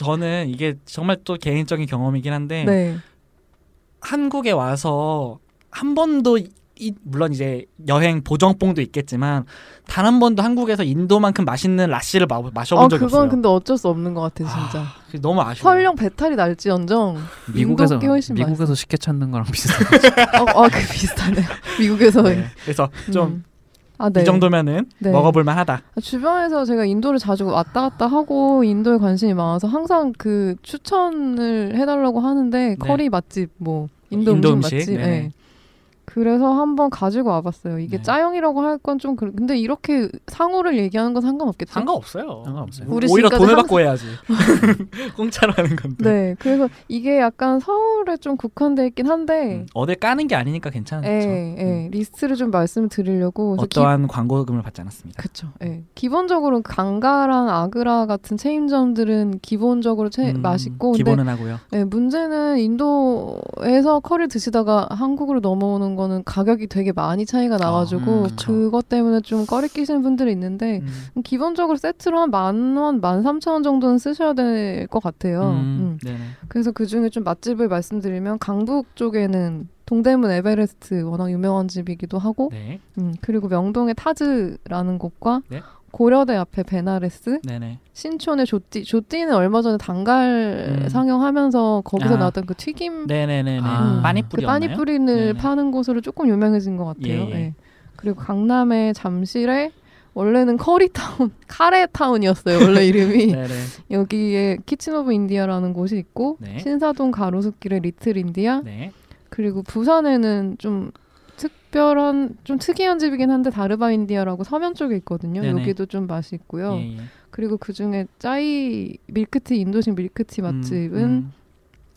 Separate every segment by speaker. Speaker 1: 저는 이게 정말 또 개인적인 경험이긴 한데
Speaker 2: 네.
Speaker 1: 한국에 와서 한 번도 이- 이- 물론 이제 여행 보정뽕도 있겠지만 단 한 번도 한국에서 인도만큼 맛있는 라씨를 마, 마셔본
Speaker 2: 아
Speaker 1: 적이
Speaker 2: 그건
Speaker 1: 없어요.
Speaker 2: 근데 어쩔 수 없는 것 같아 진짜.
Speaker 1: 아, 그게 너무 아쉬워.
Speaker 2: 설령 배탈이 날지언정
Speaker 3: 미국에서
Speaker 2: 인도 게 훨씬
Speaker 3: 미국에서 식혜 찾는 거랑 비슷해.
Speaker 2: 어, 어, 그 비슷하네요. 미국에서
Speaker 1: 네. 그래서 좀 이
Speaker 2: 음. 아, 네.
Speaker 1: 정도면은
Speaker 2: 네.
Speaker 1: 먹어볼 만하다.
Speaker 2: 주변에서 제가 인도를 자주 왔다 갔다 하고 인도에 관심이 많아서 항상 그 추천을 해달라고 하는데 커리 맛집 뭐 인도,
Speaker 1: 네. 인도
Speaker 2: 음식,
Speaker 1: 음식,
Speaker 2: 맛집.
Speaker 1: 네네.
Speaker 2: 예. 그래서 한번 가지고 와봤어요. 이게
Speaker 3: 네.
Speaker 2: 짜영이라고 할 건 좀 그래. 근데 이렇게 상호를 얘기하는 건 상관없겠죠?
Speaker 1: 상관없어요.
Speaker 3: 상관없어요.
Speaker 2: 우리
Speaker 1: 오히려
Speaker 2: 지금까지
Speaker 1: 돈을
Speaker 2: 항상-
Speaker 1: 받고 해야지. 공짜로 하는 건데.
Speaker 2: 네. 그래서 이게 약간 서울에 좀 국한돼 있긴 한데
Speaker 1: 음, 어딜 까는 게 아니니까 괜찮죠.
Speaker 2: 네.
Speaker 1: 음.
Speaker 2: 예, 예. 리스트를 좀 말씀드리려고 그래서 기-
Speaker 1: 어떠한 광고금을 받지 않았습니다.
Speaker 2: 그렇죠. 예. 기본적으로 강가랑 아그라 같은 체인점들은 기본적으로 체,
Speaker 1: 음,
Speaker 2: 네, 맛있고 근데
Speaker 1: 기본은 하고요.
Speaker 2: 예, 문제는 인도에서 커리를 드시다가 한국으로 넘어오는 거는 가격이 되게 많이 차이가 나가지고
Speaker 3: 음,
Speaker 1: 아, 그쵸.
Speaker 2: 그것 때문에 좀 꺼리 끼시는 분들이 있는데
Speaker 1: 음,
Speaker 2: 기본적으로 세트로 한 만 원, 만 삼천 원 정도는 쓰셔야 될 것 같아요. 음.
Speaker 1: 네네.
Speaker 2: 그래서 그 중에 좀 맛집을 말씀드리면 강북 쪽에는 동대문 에베레스트 워낙 유명한 집이기도 하고
Speaker 1: 네.
Speaker 2: 음, 그리고 명동의 타즈라는 곳과
Speaker 1: 네.
Speaker 2: 고려대 앞에 베나레스,
Speaker 1: 네네.
Speaker 2: 신촌의 조띠, 조띠는 얼마 전에 단갈
Speaker 1: 음.
Speaker 2: 상영하면서 거기서
Speaker 1: 아.
Speaker 2: 나왔던 그 튀김,
Speaker 1: 네네네네.
Speaker 3: 아.
Speaker 2: 그
Speaker 1: 빠니뿌리였나요?
Speaker 2: 빠니뿌린을
Speaker 1: 네네.
Speaker 2: 파는 곳으로 조금 유명해진 것 같아요.
Speaker 1: 예, 예.
Speaker 2: 예. 그리고 강남의 잠실에 원래는 커리타운, 카레타운이었어요. 원래 이름이
Speaker 1: 네네.
Speaker 2: 여기에 키친 오브 인디아라는 곳이 있고
Speaker 1: 네.
Speaker 2: 신사동 가로수길에 리틀 인디아,
Speaker 1: 네.
Speaker 2: 그리고 부산에는 좀 특별한 좀 특이한 집이긴 한데 다르바 인디아라고 서면 쪽에 있거든요.
Speaker 1: 네네.
Speaker 2: 여기도 좀 맛이 있고요.
Speaker 1: 예, 예.
Speaker 2: 그리고 그 중에 짜이 밀크티 인도식 밀크티 맛집은
Speaker 1: 음,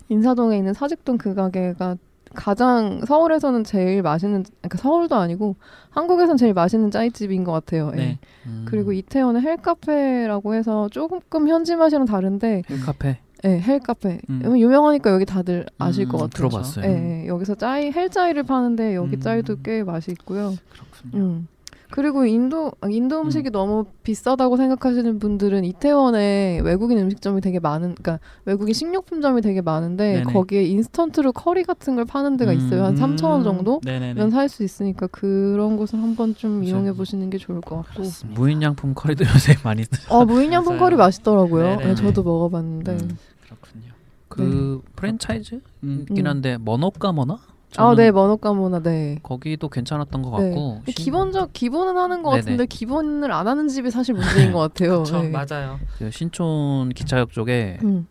Speaker 2: 인사동에 있는 사직동 그 가게가 가장 서울에서는 제일 맛있는 그러니까 서울도 아니고 한국에선 제일 맛있는 짜이집인 것 같아요.
Speaker 1: 음.
Speaker 2: 예.
Speaker 1: 네.
Speaker 3: 음.
Speaker 2: 그리고 이태원의 헬카페라고 해서 조금 현지 맛이랑 다른데
Speaker 3: 헬카페
Speaker 2: 예, 헬카페
Speaker 1: 음.
Speaker 2: 유명하니까 여기 다들 아실
Speaker 1: 음,
Speaker 2: 것 같아요.
Speaker 3: 들어봤어요.
Speaker 2: 예, 예. 여기서 짜이 헬짜이를 파는데 여기
Speaker 1: 음.
Speaker 2: 짜이도 꽤 맛이 있고요.
Speaker 1: 그렇군요.
Speaker 2: 음. 그리고 인도 아, 인도 음식이 너무 비싸다고 생각하시는 분들은 이태원에 외국인 음식점이 되게 많은 그러니까 외국인 식료품점이 되게 많은데
Speaker 1: 네네. 음.
Speaker 2: 거기에 인스턴트로 커리 같은 걸 파는 데가 있어요. 음, 한 3,000원 정도?
Speaker 1: 네네네.
Speaker 2: 면 살 수 있으니까 그런 곳을 한번 좀
Speaker 3: 그렇죠.
Speaker 2: 이용해 보시는 게 좋을 것 같고.
Speaker 3: 무인양품 커리도 요새 많이 드.
Speaker 2: 아, 무인양품 커리 맛있더라고요.
Speaker 1: 네네네.
Speaker 2: 네, 저도 먹어봤는데.
Speaker 3: 음.
Speaker 1: 그렇군요.
Speaker 3: 그 프랜차이즈긴
Speaker 1: 음.
Speaker 2: 음.
Speaker 3: 한데 머너까 머나?
Speaker 2: 아,
Speaker 3: 저는
Speaker 2: 네, 머너까모나 네.
Speaker 3: 거기도 괜찮았던 것
Speaker 2: 네.
Speaker 3: 같고
Speaker 2: 근데
Speaker 3: 신-
Speaker 2: 기본적 기본은 하는 것
Speaker 3: 네네.
Speaker 2: 같은데 기본을 안 하는 집이 사실 문제인 것 같아요. 네.
Speaker 1: 맞아요.
Speaker 3: 그 신촌 기차역 쪽에
Speaker 2: 음.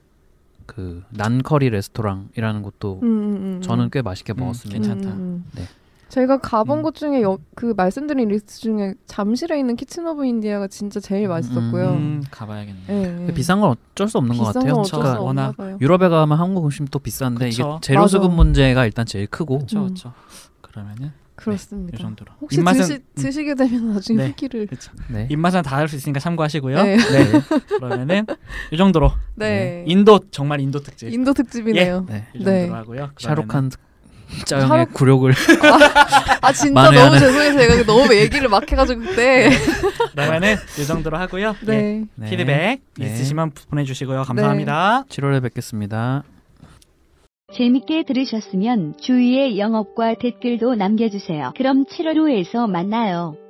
Speaker 3: 그 난커리 레스토랑이라는 곳도
Speaker 2: 음, 음, 음.
Speaker 3: 저는 꽤 맛있게
Speaker 1: 음,
Speaker 3: 먹었습니다.
Speaker 1: 괜찮- 괜찮다.
Speaker 3: 네.
Speaker 2: 제가 가본
Speaker 1: 음.
Speaker 2: 곳 중에 여, 그 말씀드린 리스트 중에 잠실에 있는 키친 오브 인디아가 진짜 제일 맛있었고요.
Speaker 1: 음, 가봐야겠네요.
Speaker 2: 예, 예.
Speaker 3: 그 비싼 건 어쩔 수 없는 것
Speaker 2: 비싼
Speaker 3: 같아요.
Speaker 2: 건 어쩔 수
Speaker 3: 그러니까
Speaker 1: 없죠.
Speaker 2: 없나
Speaker 1: 워낙
Speaker 2: 봐요.
Speaker 3: 유럽에 가면 한국 음식 또 비싼데
Speaker 1: 그쵸.
Speaker 3: 이게 재료
Speaker 2: 맞아.
Speaker 3: 수급 문제가 일단 제일 크고
Speaker 1: 그렇죠,
Speaker 2: 음.
Speaker 1: 그렇죠.
Speaker 2: 그러니까.
Speaker 1: 그러면은 이
Speaker 2: 그렇습니다.
Speaker 1: 정도로.
Speaker 2: 혹시 드시, 드시게 되면 나중에
Speaker 1: 네.
Speaker 2: 후기를
Speaker 3: 네.
Speaker 1: 입맛은 다 할 수 있으니까 참고하시고요.
Speaker 2: 네.
Speaker 1: 그러면은 이 정도로
Speaker 2: 네.
Speaker 1: 인도 정말 인도 특집
Speaker 2: 인도 특집이네요.
Speaker 3: 네.
Speaker 1: 이 정도로
Speaker 2: 네.
Speaker 1: 하고요.
Speaker 3: 샤록한 짜영의
Speaker 2: 샤룩-
Speaker 3: 굴욕을
Speaker 2: 아 진짜
Speaker 3: 만회하는-
Speaker 2: 너무 죄송해요. 제가 너무 얘기를 막 해가지고 그때.
Speaker 1: 그러면은 이 정도로 하고요.
Speaker 2: 네.
Speaker 1: 예,
Speaker 3: 네.
Speaker 1: 피드백
Speaker 3: 네.
Speaker 1: 있으시면 보내주시고요. 감사합니다.
Speaker 3: 7월에 뵙겠습니다.
Speaker 4: 재밌게 들으셨으면 주위의 영업과 댓글도 남겨주세요. 그럼 7월 호에서 만나요.